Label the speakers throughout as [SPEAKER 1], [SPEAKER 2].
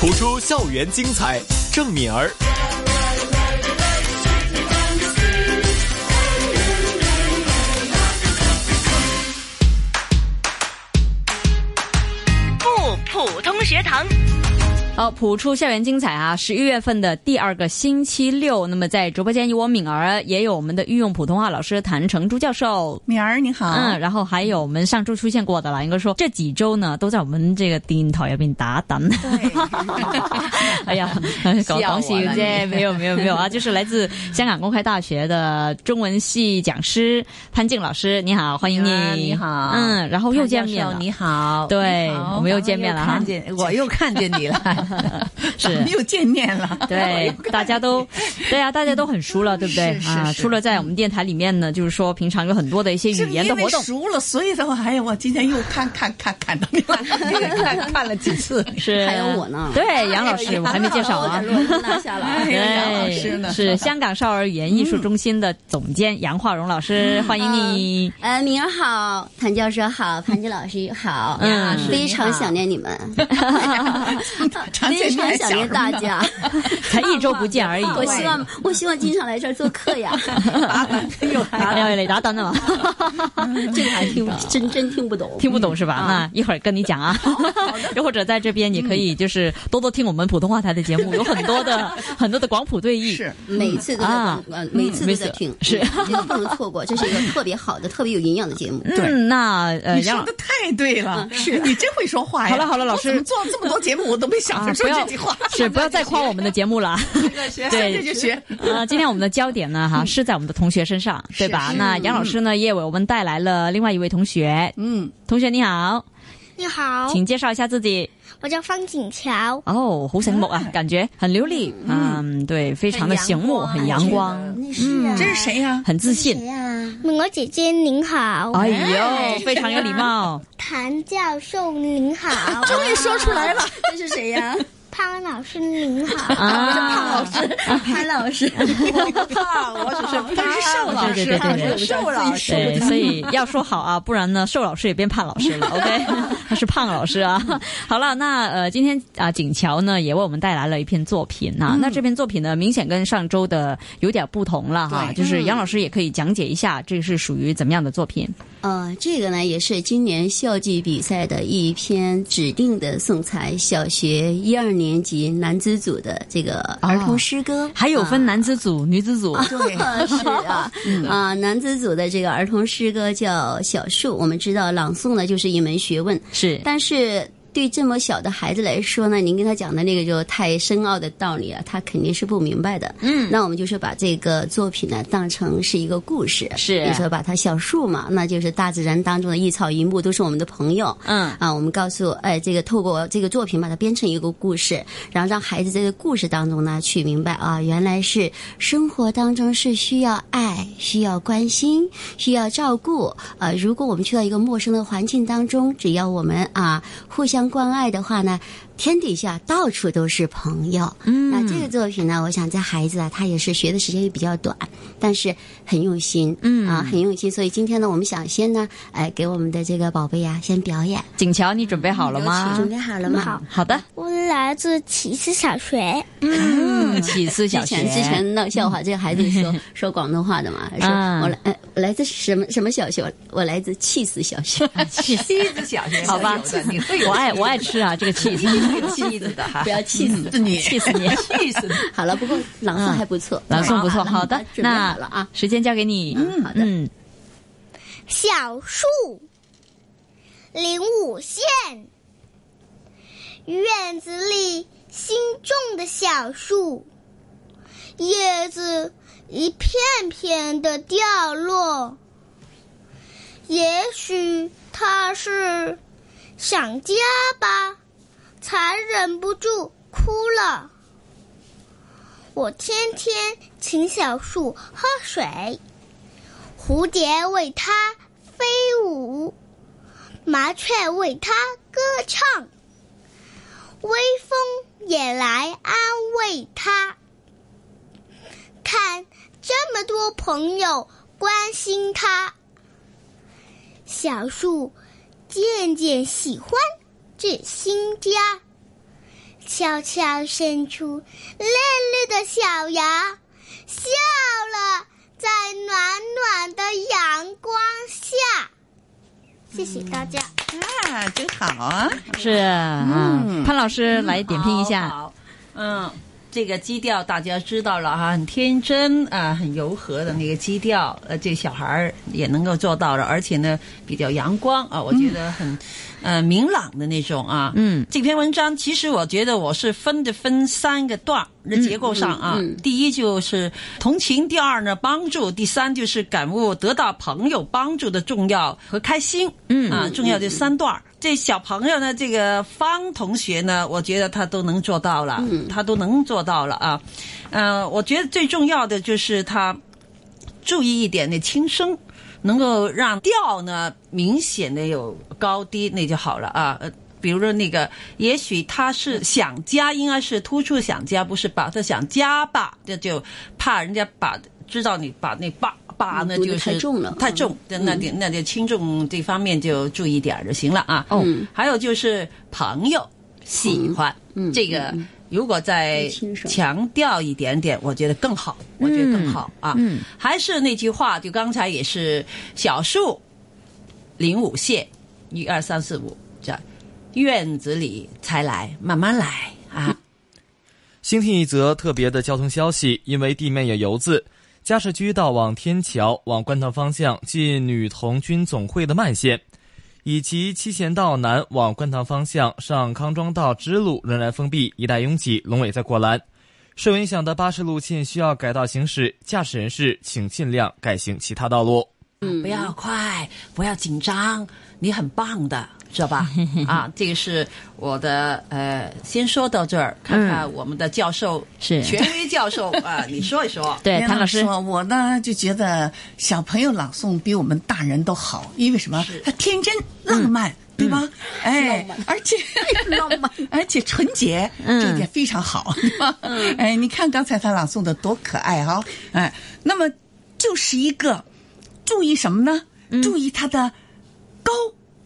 [SPEAKER 1] 谱出校园精彩。郑敏儿，
[SPEAKER 2] 不普通学堂。
[SPEAKER 3] 好，谱出校园精彩啊！十一月份的第二个星期六，那么在直播间有我敏儿，也有我们的御用普通话老师谭成珠教授。
[SPEAKER 4] 敏儿你好，
[SPEAKER 3] 嗯，然后还有我们上周出现过的啦，应该说这几周呢都在我们这个电台入边打 等。哎呀，搞搞笑啫，没有没有没有啊，就是来自香港公开大学的中文系讲师潘静老师，你好，欢迎你，
[SPEAKER 4] 你好
[SPEAKER 3] 嗯，然后又见面了，
[SPEAKER 4] 你好，
[SPEAKER 3] 对
[SPEAKER 4] 你好
[SPEAKER 3] 我们又见面了哈
[SPEAKER 4] 看见我又看见你了，
[SPEAKER 3] 是
[SPEAKER 4] 咱们又见面了，
[SPEAKER 3] 对，大家都，对啊，大家都很熟了，对不对
[SPEAKER 4] 嗯是是
[SPEAKER 3] 啊？
[SPEAKER 4] 是
[SPEAKER 3] 除了在我们电台里面呢，就是说平常有很多的一些
[SPEAKER 4] 是
[SPEAKER 3] 语
[SPEAKER 4] 不是
[SPEAKER 3] 言的
[SPEAKER 4] 因为
[SPEAKER 3] 活动，
[SPEAKER 4] 熟了，所以的话，哎呀，我今天又看看看看到你了，又看看了几次，
[SPEAKER 3] 是
[SPEAKER 5] 还有我呢
[SPEAKER 3] 对，杨老
[SPEAKER 5] 哎
[SPEAKER 3] 师，我还没介绍啊。
[SPEAKER 5] 落下 了。
[SPEAKER 4] 哎
[SPEAKER 3] 对，
[SPEAKER 4] 呀，杨老师呢？
[SPEAKER 3] 是香港少儿语言艺
[SPEAKER 4] 嗯
[SPEAKER 3] 术中心的总监杨化荣老师，欢迎
[SPEAKER 4] 啊
[SPEAKER 3] 你。
[SPEAKER 5] 呃，明儿好，谭教授好，潘吉老师好，
[SPEAKER 3] 嗯老师
[SPEAKER 5] 非常想念 你们，
[SPEAKER 4] 常
[SPEAKER 5] 非
[SPEAKER 4] 见面
[SPEAKER 5] 常
[SPEAKER 4] 还
[SPEAKER 5] 想
[SPEAKER 4] 什
[SPEAKER 5] 念
[SPEAKER 4] 么
[SPEAKER 5] 大家。
[SPEAKER 3] 才一周不见而已。
[SPEAKER 5] 我希望，我希望经常来这儿做客 呀，
[SPEAKER 4] 又
[SPEAKER 3] 打
[SPEAKER 4] 来了，
[SPEAKER 3] 要哎你打灯 了嘛？
[SPEAKER 5] 这个还听真真听不懂。
[SPEAKER 3] 听不懂是
[SPEAKER 4] 啊
[SPEAKER 3] 吧？那一会儿跟你讲啊。 又或者在这边也可
[SPEAKER 4] 嗯
[SPEAKER 3] 以，就是多多听我们普通话台的节目，有很多 的很多的广普对译。
[SPEAKER 4] 是
[SPEAKER 5] 每一次都在
[SPEAKER 3] 啊
[SPEAKER 5] 听，呃，每一次都在
[SPEAKER 3] 嗯
[SPEAKER 5] 听，
[SPEAKER 3] 是
[SPEAKER 5] 嗯这个不能错过，这是一个特别好的、特别有营养的 节目。
[SPEAKER 4] 对
[SPEAKER 3] 嗯，那呃，
[SPEAKER 4] 你
[SPEAKER 3] 杨
[SPEAKER 4] 说
[SPEAKER 3] 老
[SPEAKER 4] 的太对了，
[SPEAKER 5] 是
[SPEAKER 4] 你真会说话呀！
[SPEAKER 3] 好了好了老师
[SPEAKER 4] 我怎么做了这么多节目，我都没想
[SPEAKER 3] 啊
[SPEAKER 4] 着，
[SPEAKER 3] 不
[SPEAKER 4] 说
[SPEAKER 3] 要
[SPEAKER 4] 这句话，
[SPEAKER 3] 是不要再夸我们的节目了。
[SPEAKER 4] 现
[SPEAKER 3] 对
[SPEAKER 4] 在就学。
[SPEAKER 3] 呃，今天我们的焦点呢，哈，是在我们的同学身上，对吧？那杨老师呢，也为我们带来了另外一位同学。
[SPEAKER 4] 嗯，
[SPEAKER 3] 同学你好，
[SPEAKER 6] 你好，
[SPEAKER 3] 请介绍一下自己。
[SPEAKER 6] 我叫方景乔。
[SPEAKER 3] 哦，好醒目啊，感觉很流利。嗯，对，非常的醒目，很阳光，
[SPEAKER 4] 这是谁呀？
[SPEAKER 3] 很自信。
[SPEAKER 6] 敏儿姐姐您好，
[SPEAKER 3] 哎呦，非常有礼貌。
[SPEAKER 6] 谭教授您好，
[SPEAKER 4] 终于说出来了，
[SPEAKER 5] 这是谁呀？
[SPEAKER 6] 潘老师您好，
[SPEAKER 3] 啊，
[SPEAKER 5] 潘老师，
[SPEAKER 4] 胖，我只是他是瘦
[SPEAKER 3] 对对对对对
[SPEAKER 4] 瘦老师
[SPEAKER 3] 对，所以要说好啊，不然呢，瘦老师也变胖老师了。OK，他是 胖老师啊。好了，那呃，今天啊，景桥呢也为我们带来了一篇作品啊。那这篇作品呢，明显跟上周的有点不同了哈。
[SPEAKER 4] 对
[SPEAKER 3] 就是杨老师也可以讲解一下，这是属于怎么样的作品？
[SPEAKER 5] 呃，这个呢也是今年校际比赛的一篇指定的送才，小学一二年级男子组的这个儿童诗歌，
[SPEAKER 3] 还有分
[SPEAKER 5] 啊
[SPEAKER 3] 男子组、女子组。
[SPEAKER 4] 对
[SPEAKER 5] 是啊，啊，男子组的这个儿童诗歌叫小树。我们知道朗诵呢就是一门学问，
[SPEAKER 3] 是，
[SPEAKER 5] 但是对这么小的孩子来说呢，您跟他讲的那个就太深奥的道理了，啊他肯定是不明白的。嗯，那我们就是把这个作品呢当成是一个故事，
[SPEAKER 3] 是
[SPEAKER 5] 比如说把它小树嘛，那就是大自然当中的一草一木都是我们的朋友。
[SPEAKER 3] 嗯
[SPEAKER 5] 啊，我们告诉哎，这个透过这个作品把它编成一个故事，然后让孩子在这个故事当中呢去明白啊，原来是生活当中是需要爱、需要关心、需要照顾。呃，如果我们去到一个陌生的环境当中，只要我们啊互相关爱的话呢。天底下到处都是朋友，嗯，那这个作品呢，我想在孩子啊，他也是学的时间也比较短，但是很用心，嗯啊，很用心。所以今天呢，我们想先呢，哎，给我们的这个宝贝呀、先表演，
[SPEAKER 3] 景桥，你准备好了吗
[SPEAKER 5] 嗯准？备好了吗？好。
[SPEAKER 3] 好的，
[SPEAKER 6] 我来自启示小学，
[SPEAKER 3] 嗯，起司小
[SPEAKER 5] 之
[SPEAKER 3] 学
[SPEAKER 5] 前之前闹笑话，这个孩子说说广东话的嘛，说
[SPEAKER 3] 啊
[SPEAKER 5] 我来哎我来自什么什么小学？我来自气死小学，
[SPEAKER 3] 起司
[SPEAKER 4] 妻子小学，
[SPEAKER 3] 好吧
[SPEAKER 4] 你会有
[SPEAKER 3] 我爱我爱吃啊，这个起司，
[SPEAKER 4] 有妻子的哈
[SPEAKER 5] 不，要气死。
[SPEAKER 7] 嗯
[SPEAKER 4] 是 你
[SPEAKER 3] 气死你！
[SPEAKER 4] 气死你！
[SPEAKER 5] 好了，不过朗诵还不错，
[SPEAKER 3] 嗯朗诵不错，
[SPEAKER 5] 啊
[SPEAKER 3] 好的，
[SPEAKER 5] 准备
[SPEAKER 3] 那
[SPEAKER 5] 好了啊。
[SPEAKER 3] 时间交给你。嗯，
[SPEAKER 5] 好的
[SPEAKER 3] 嗯，
[SPEAKER 6] 小树，零五县，院子里新种的小树，叶子一片片的掉落。也许它是想家吧，才忍不住哭了。我天天请小树喝水。蝴蝶为它飞舞，麻雀为它歌唱，微风也来安慰它。看，这么多朋友关心它，小树渐渐喜欢这新家，悄悄伸出嫩绿的小芽，笑了，在暖暖的阳光下。谢谢大家。
[SPEAKER 3] 嗯
[SPEAKER 4] 啊，真好啊！
[SPEAKER 3] 是啊，
[SPEAKER 5] 嗯
[SPEAKER 3] 潘老师来点评一下。
[SPEAKER 7] 好，好嗯。这个基调大家知道了哈，很天真啊，很柔和的那个基调，呃，这个小孩儿也能够做到了，而且呢比较阳光啊，我觉得很、呃明朗的那种啊。
[SPEAKER 3] 嗯，
[SPEAKER 7] 这篇文章其实我觉得我是分的分三个段儿的结构上啊，
[SPEAKER 5] 嗯嗯
[SPEAKER 7] 第一就是同情，第二呢帮助，第三就是感悟得到朋友帮助的重要和开心。
[SPEAKER 3] 嗯
[SPEAKER 7] 啊，重要这三段儿。这小朋友呢，这个方同学呢，我觉得他都能做到了，他都能做到了啊。呃，我觉得最重要的就是他注意一点那轻声，能够让调呢明显的有高低，那就好了啊。呃，比如说那个，也许他是想加，应该是突出想加，不是把他想加吧，这就怕人家把知道你把那把把呢
[SPEAKER 5] 嗯读得
[SPEAKER 7] 就是
[SPEAKER 5] 太重了嗯
[SPEAKER 7] 太重，那那就那就轻重这方面就注意点儿就行了啊。
[SPEAKER 3] 哦
[SPEAKER 5] 嗯
[SPEAKER 7] 还有就是朋友喜欢、
[SPEAKER 5] 嗯嗯
[SPEAKER 7] 这个。如果再
[SPEAKER 5] 亲手
[SPEAKER 7] 强调一点点，我觉得更好，我觉得更好啊。
[SPEAKER 3] 嗯
[SPEAKER 7] 还是那句话，就刚才也是小树零五线，一二三四五，这院子里才来，慢慢来啊。
[SPEAKER 1] 先听一则特别的交通消息，因为地面有油渍，加士居道往天桥、往观塘方向进女童军总会的慢线，以及七贤道南往观塘方向上康庄道支路仍然封闭，一带拥挤，龙尾在过栏。受影响的巴士路线需要改道行驶，驾驶人士请尽量改行其他道路。
[SPEAKER 3] 嗯
[SPEAKER 7] 不要快，不要紧张，你很棒的，知 道吧？啊，这个是我的呃，先说到这儿，看看我们的教授、
[SPEAKER 3] 嗯是
[SPEAKER 7] 权威教授啊、你说一说。
[SPEAKER 3] 对，
[SPEAKER 4] 袁
[SPEAKER 3] 潘老师，
[SPEAKER 4] 说，我呢就觉得小朋友朗诵比我们大人都好，因为什么
[SPEAKER 7] 是？
[SPEAKER 4] 他天真浪漫，对吧？哎，而且浪漫，而且 纯洁，
[SPEAKER 3] 嗯
[SPEAKER 4] 这一点非常好，对吧？哎，你看刚才他朗诵的多可爱哈、哎，那么就是一个注意什么呢？注意它的高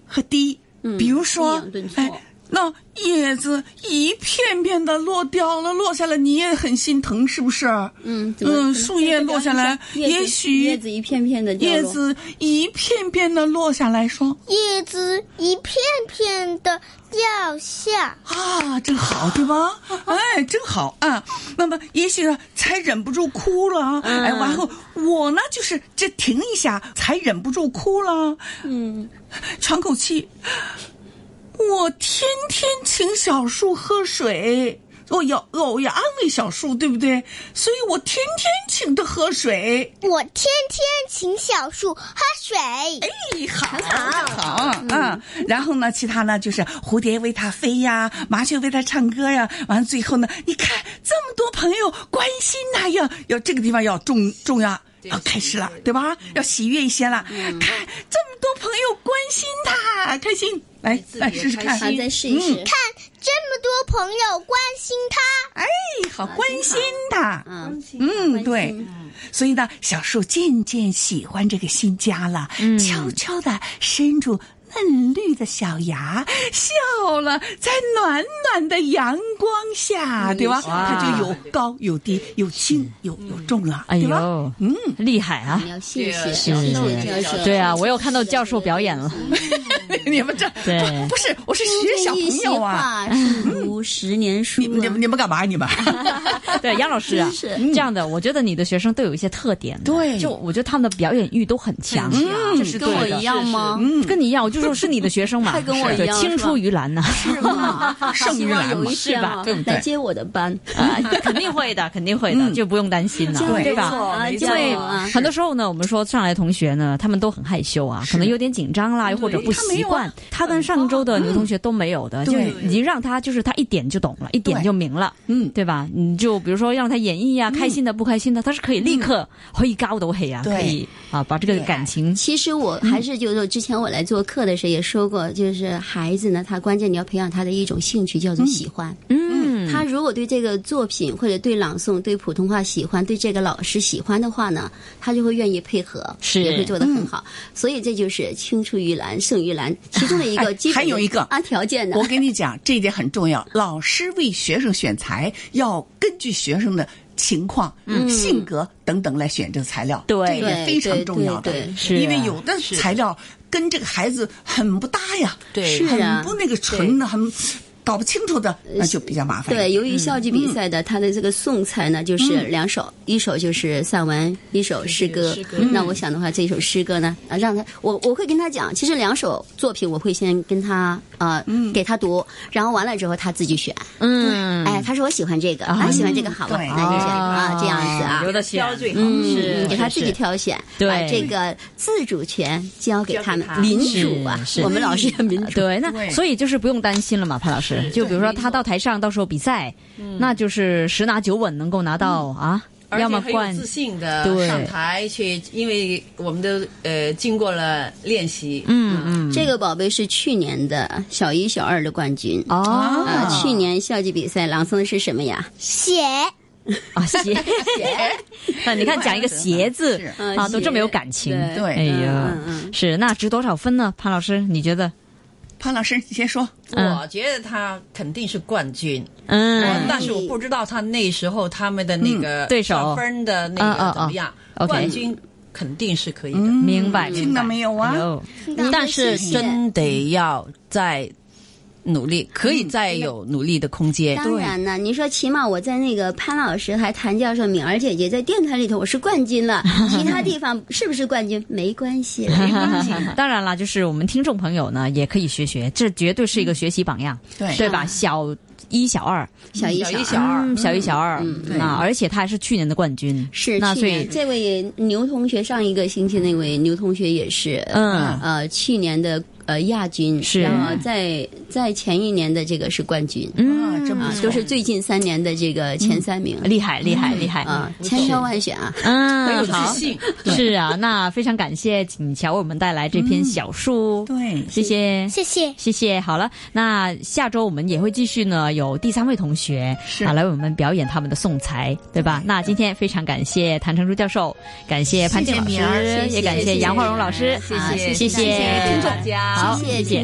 [SPEAKER 4] 和低，比如说
[SPEAKER 5] 抑扬顿，挫
[SPEAKER 4] 哎。那叶子一片片的落掉了，落下来你也很心疼，是不是？
[SPEAKER 5] 嗯怎么
[SPEAKER 4] 嗯，树叶落下来，
[SPEAKER 5] 叶子
[SPEAKER 4] 也许
[SPEAKER 5] 叶子一片片的
[SPEAKER 4] 叶子一片片的落下来，说
[SPEAKER 6] 叶子一片片的掉下，
[SPEAKER 4] 啊，真好，对吧？ 哎，真好啊。那么，也许呢，才忍不住哭了啊。
[SPEAKER 5] 嗯
[SPEAKER 4] 哎，然后我呢，就是这停一下，才忍不住哭了。啊
[SPEAKER 5] 嗯，
[SPEAKER 4] 喘口气。我天天请小树喝水，我要我要安慰小树，对不对？所以我天天请他喝水。
[SPEAKER 6] 我天天请小树喝水。
[SPEAKER 4] 好，好，嗯，然后呢，其他呢就是蝴蝶为它飞呀，麻雀为它唱歌呀，完了最后呢，你看这么多朋友关心它呀，要这个地方要重重要。要开始了，对
[SPEAKER 7] 嗯
[SPEAKER 4] 吧？要喜悦一些了。看这么多朋友关心它，开心，来
[SPEAKER 7] 自己
[SPEAKER 4] 来
[SPEAKER 7] 也
[SPEAKER 4] 试试看嗯
[SPEAKER 7] 开。心
[SPEAKER 5] 再试一试，
[SPEAKER 6] 看这么多朋友关心他，
[SPEAKER 4] 哎，好关心它。
[SPEAKER 5] 嗯，
[SPEAKER 4] 嗯，对。所以呢，小树渐渐喜欢这个新家了，悄悄地伸出嫩绿的小芽，笑了，在暖暖的阳光下，对吧？它就有高有低，有轻有有重了，
[SPEAKER 3] 哎
[SPEAKER 4] 对吧？
[SPEAKER 3] 呦，
[SPEAKER 4] 嗯，
[SPEAKER 3] 厉害啊
[SPEAKER 5] 你！要谢谢，
[SPEAKER 7] 是
[SPEAKER 5] 谢谢
[SPEAKER 7] 是
[SPEAKER 5] 教授，
[SPEAKER 3] 对啊，我又看到教授表演了，
[SPEAKER 4] 你们这
[SPEAKER 3] 对
[SPEAKER 4] 不是，我是学小朋友啊。
[SPEAKER 5] 是读十年书
[SPEAKER 4] 你们你们
[SPEAKER 5] 啊，
[SPEAKER 4] 你们干嘛？你们
[SPEAKER 3] 对杨老师啊，
[SPEAKER 5] 是嗯
[SPEAKER 3] 这样的，我觉得你的学生都有一些特点的，
[SPEAKER 4] 对
[SPEAKER 3] 就我觉得他们的表演欲都很强，这是嗯
[SPEAKER 5] 跟我
[SPEAKER 3] 对的
[SPEAKER 5] 一样吗？
[SPEAKER 4] 嗯
[SPEAKER 3] 跟你一样，我就说是你的学 生嘛，
[SPEAKER 5] 嗯快跟我一样
[SPEAKER 3] 对青出于蓝啊呐，
[SPEAKER 5] 是吗？
[SPEAKER 4] 圣
[SPEAKER 5] 希
[SPEAKER 4] 人
[SPEAKER 5] 望有
[SPEAKER 4] 嘛
[SPEAKER 5] 一
[SPEAKER 4] 是
[SPEAKER 5] 天
[SPEAKER 4] 吧
[SPEAKER 5] 啊
[SPEAKER 4] 对不对
[SPEAKER 5] 来接我的 班，
[SPEAKER 3] 啊， 肯定会的，肯定会
[SPEAKER 5] 嗯
[SPEAKER 3] 的，就不用担心了，
[SPEAKER 4] 对
[SPEAKER 3] 对吧？
[SPEAKER 5] 啊，
[SPEAKER 4] 没
[SPEAKER 5] 接
[SPEAKER 4] 错
[SPEAKER 3] 因为
[SPEAKER 5] 我啊，
[SPEAKER 3] 很多时候呢，我们说上来同学呢，他们都很害羞啊，可能有点紧张啦，又或者不习惯。他跟上周的女同学都没有的，就
[SPEAKER 4] 对
[SPEAKER 3] 已经让他就是他一点就懂了，一点就明了，
[SPEAKER 4] 嗯
[SPEAKER 3] 对吧？你就比如说让他演绎呀，开心的、不开心的，他是可以立刻会高到黑啊，
[SPEAKER 4] 对
[SPEAKER 3] 可以啊，把这个感情
[SPEAKER 5] 其实我还是就是说之前我来做课的时候也说过，就是孩子呢，他关键你要培养他的一种兴趣，叫做喜欢。
[SPEAKER 3] 嗯
[SPEAKER 5] 他如果对这个作品或者对朗诵、对普通话喜欢、对这个老师喜欢的话呢，他就会愿意配合，
[SPEAKER 3] 是
[SPEAKER 5] 也会做得很好。所以这就是青出于蓝胜于蓝其中的一个
[SPEAKER 4] 哎
[SPEAKER 5] 基本的、
[SPEAKER 4] 还有一个
[SPEAKER 5] 啊条件呢
[SPEAKER 4] 我。跟你讲，这一点很重 要。老师为学生选材，要根据学生的情况、
[SPEAKER 5] 嗯
[SPEAKER 4] 性格等等来选择材料，
[SPEAKER 3] 对
[SPEAKER 4] 这一点非常重要的
[SPEAKER 5] 对对对对。
[SPEAKER 3] 是啊
[SPEAKER 4] 因为有的材料跟这个孩子很不搭呀，
[SPEAKER 7] 对
[SPEAKER 5] 是啊
[SPEAKER 4] 很不那个纯的，很搞不清楚的，那就比较麻烦。
[SPEAKER 5] 对，，由于校际比赛的，它的这个送材呢，就是两首，一首就是散文，一首诗歌。嗯那我想的话，这首诗歌呢，啊，让他我我会跟他讲，其实两首作品我会先跟他呃给他读，然后完了之后他自己选。
[SPEAKER 3] 嗯，
[SPEAKER 5] 哎，他说我喜欢这个，啊，喜欢这个好吧，
[SPEAKER 4] 对
[SPEAKER 5] 那就选啊，这样子啊。
[SPEAKER 3] 有的选
[SPEAKER 7] 挑最好
[SPEAKER 5] 嗯，
[SPEAKER 3] 是
[SPEAKER 5] 给他
[SPEAKER 3] 是
[SPEAKER 5] 自己挑选，
[SPEAKER 3] 对
[SPEAKER 5] 把这个自主权交给他们
[SPEAKER 7] 交给他，
[SPEAKER 5] 民主啊
[SPEAKER 3] 是，是
[SPEAKER 5] 我们老师要民主。
[SPEAKER 3] 对，那
[SPEAKER 4] 对
[SPEAKER 3] 所以就是不用担心了嘛，潘老师。就比如说他到台上，到时候比赛，那就是十拿九稳，能够拿到啊，
[SPEAKER 7] 而且
[SPEAKER 3] 要么
[SPEAKER 7] 很有
[SPEAKER 3] 冠
[SPEAKER 7] 自信的
[SPEAKER 3] 对
[SPEAKER 7] 上台去，因为我们都呃经过了练习，
[SPEAKER 3] 嗯嗯，
[SPEAKER 5] 这个宝贝是去年的小一、小二的冠军。
[SPEAKER 3] 哦
[SPEAKER 5] 啊，去年校际比赛朗诵的是什么 呀？
[SPEAKER 6] 写
[SPEAKER 3] 啊鞋鞋，那你看讲一个鞋字
[SPEAKER 4] 是
[SPEAKER 5] 嗯
[SPEAKER 3] 啊，都这么有
[SPEAKER 5] 鞋
[SPEAKER 3] 感情，
[SPEAKER 5] 对
[SPEAKER 4] 对
[SPEAKER 3] 哎呀
[SPEAKER 5] 嗯嗯，
[SPEAKER 3] 是那值多少分呢？潘老师，你觉得？
[SPEAKER 4] 潘老师，你先说。
[SPEAKER 3] 嗯
[SPEAKER 7] 我觉得他肯定是冠军，
[SPEAKER 3] 嗯，
[SPEAKER 7] 但是我不知道他那时候他们的那个
[SPEAKER 3] 对手
[SPEAKER 7] 上分的那
[SPEAKER 3] 嗯嗯
[SPEAKER 7] 个怎么样
[SPEAKER 3] 嗯，，OK 嗯
[SPEAKER 7] 冠军肯定是可以的。
[SPEAKER 3] 明白，
[SPEAKER 4] 听到没有啊
[SPEAKER 5] 哎
[SPEAKER 3] 明白有
[SPEAKER 7] 但是真得要再努力，
[SPEAKER 3] 嗯
[SPEAKER 7] 可以再有努力的空间。
[SPEAKER 5] 当然呢，你说起码我在那个潘老师还谭教授、敏儿姐姐在电台里头我是冠军 了，其他地方是不是冠军没关系了。
[SPEAKER 4] 啊
[SPEAKER 3] 当然啦，就是我们听众朋友呢，也可以学学，这绝对是一个学习榜样，
[SPEAKER 4] 对
[SPEAKER 3] 对吧？小一、小二，
[SPEAKER 5] 小一、
[SPEAKER 7] 小一
[SPEAKER 5] 小
[SPEAKER 7] 小二
[SPEAKER 3] 嗯小一、小二啊，而且他还是去年的冠军，
[SPEAKER 5] 是
[SPEAKER 3] 那
[SPEAKER 5] 去
[SPEAKER 3] 所
[SPEAKER 5] 年
[SPEAKER 3] 以
[SPEAKER 5] 这位牛同学，上一个星期那位牛同学也是，
[SPEAKER 3] 嗯
[SPEAKER 5] 呃，去年的呃亚军，
[SPEAKER 3] 是
[SPEAKER 5] 然后在在前一年的这个是冠军，
[SPEAKER 4] 啊，
[SPEAKER 3] 嗯，
[SPEAKER 4] 真不
[SPEAKER 5] 啊，
[SPEAKER 4] 错
[SPEAKER 5] 都是最近三年的这个前三名，
[SPEAKER 3] 厉害厉害厉害
[SPEAKER 5] 啊，千挑万选啊，
[SPEAKER 7] 很有
[SPEAKER 3] 嗯，好
[SPEAKER 7] 自，信，
[SPEAKER 3] 是啊，那非常感谢锦乔为我们带来这篇小书，
[SPEAKER 4] 对，
[SPEAKER 3] 谢谢。
[SPEAKER 6] 谢谢。
[SPEAKER 3] 谢谢，好了，那下周我们也会继续呢，有第三位同学啊来为我们表演他们的送才，对吧？那今天非常感谢谭成珠教授，感谢潘静老师，
[SPEAKER 5] 敏儿谢谢
[SPEAKER 3] 也感
[SPEAKER 5] 谢谢
[SPEAKER 3] 杨华荣老师，啊
[SPEAKER 5] 谢谢
[SPEAKER 3] 谢谢
[SPEAKER 5] 谢谢
[SPEAKER 7] 大家。
[SPEAKER 3] 好，
[SPEAKER 5] 谢谢
[SPEAKER 3] 谢谢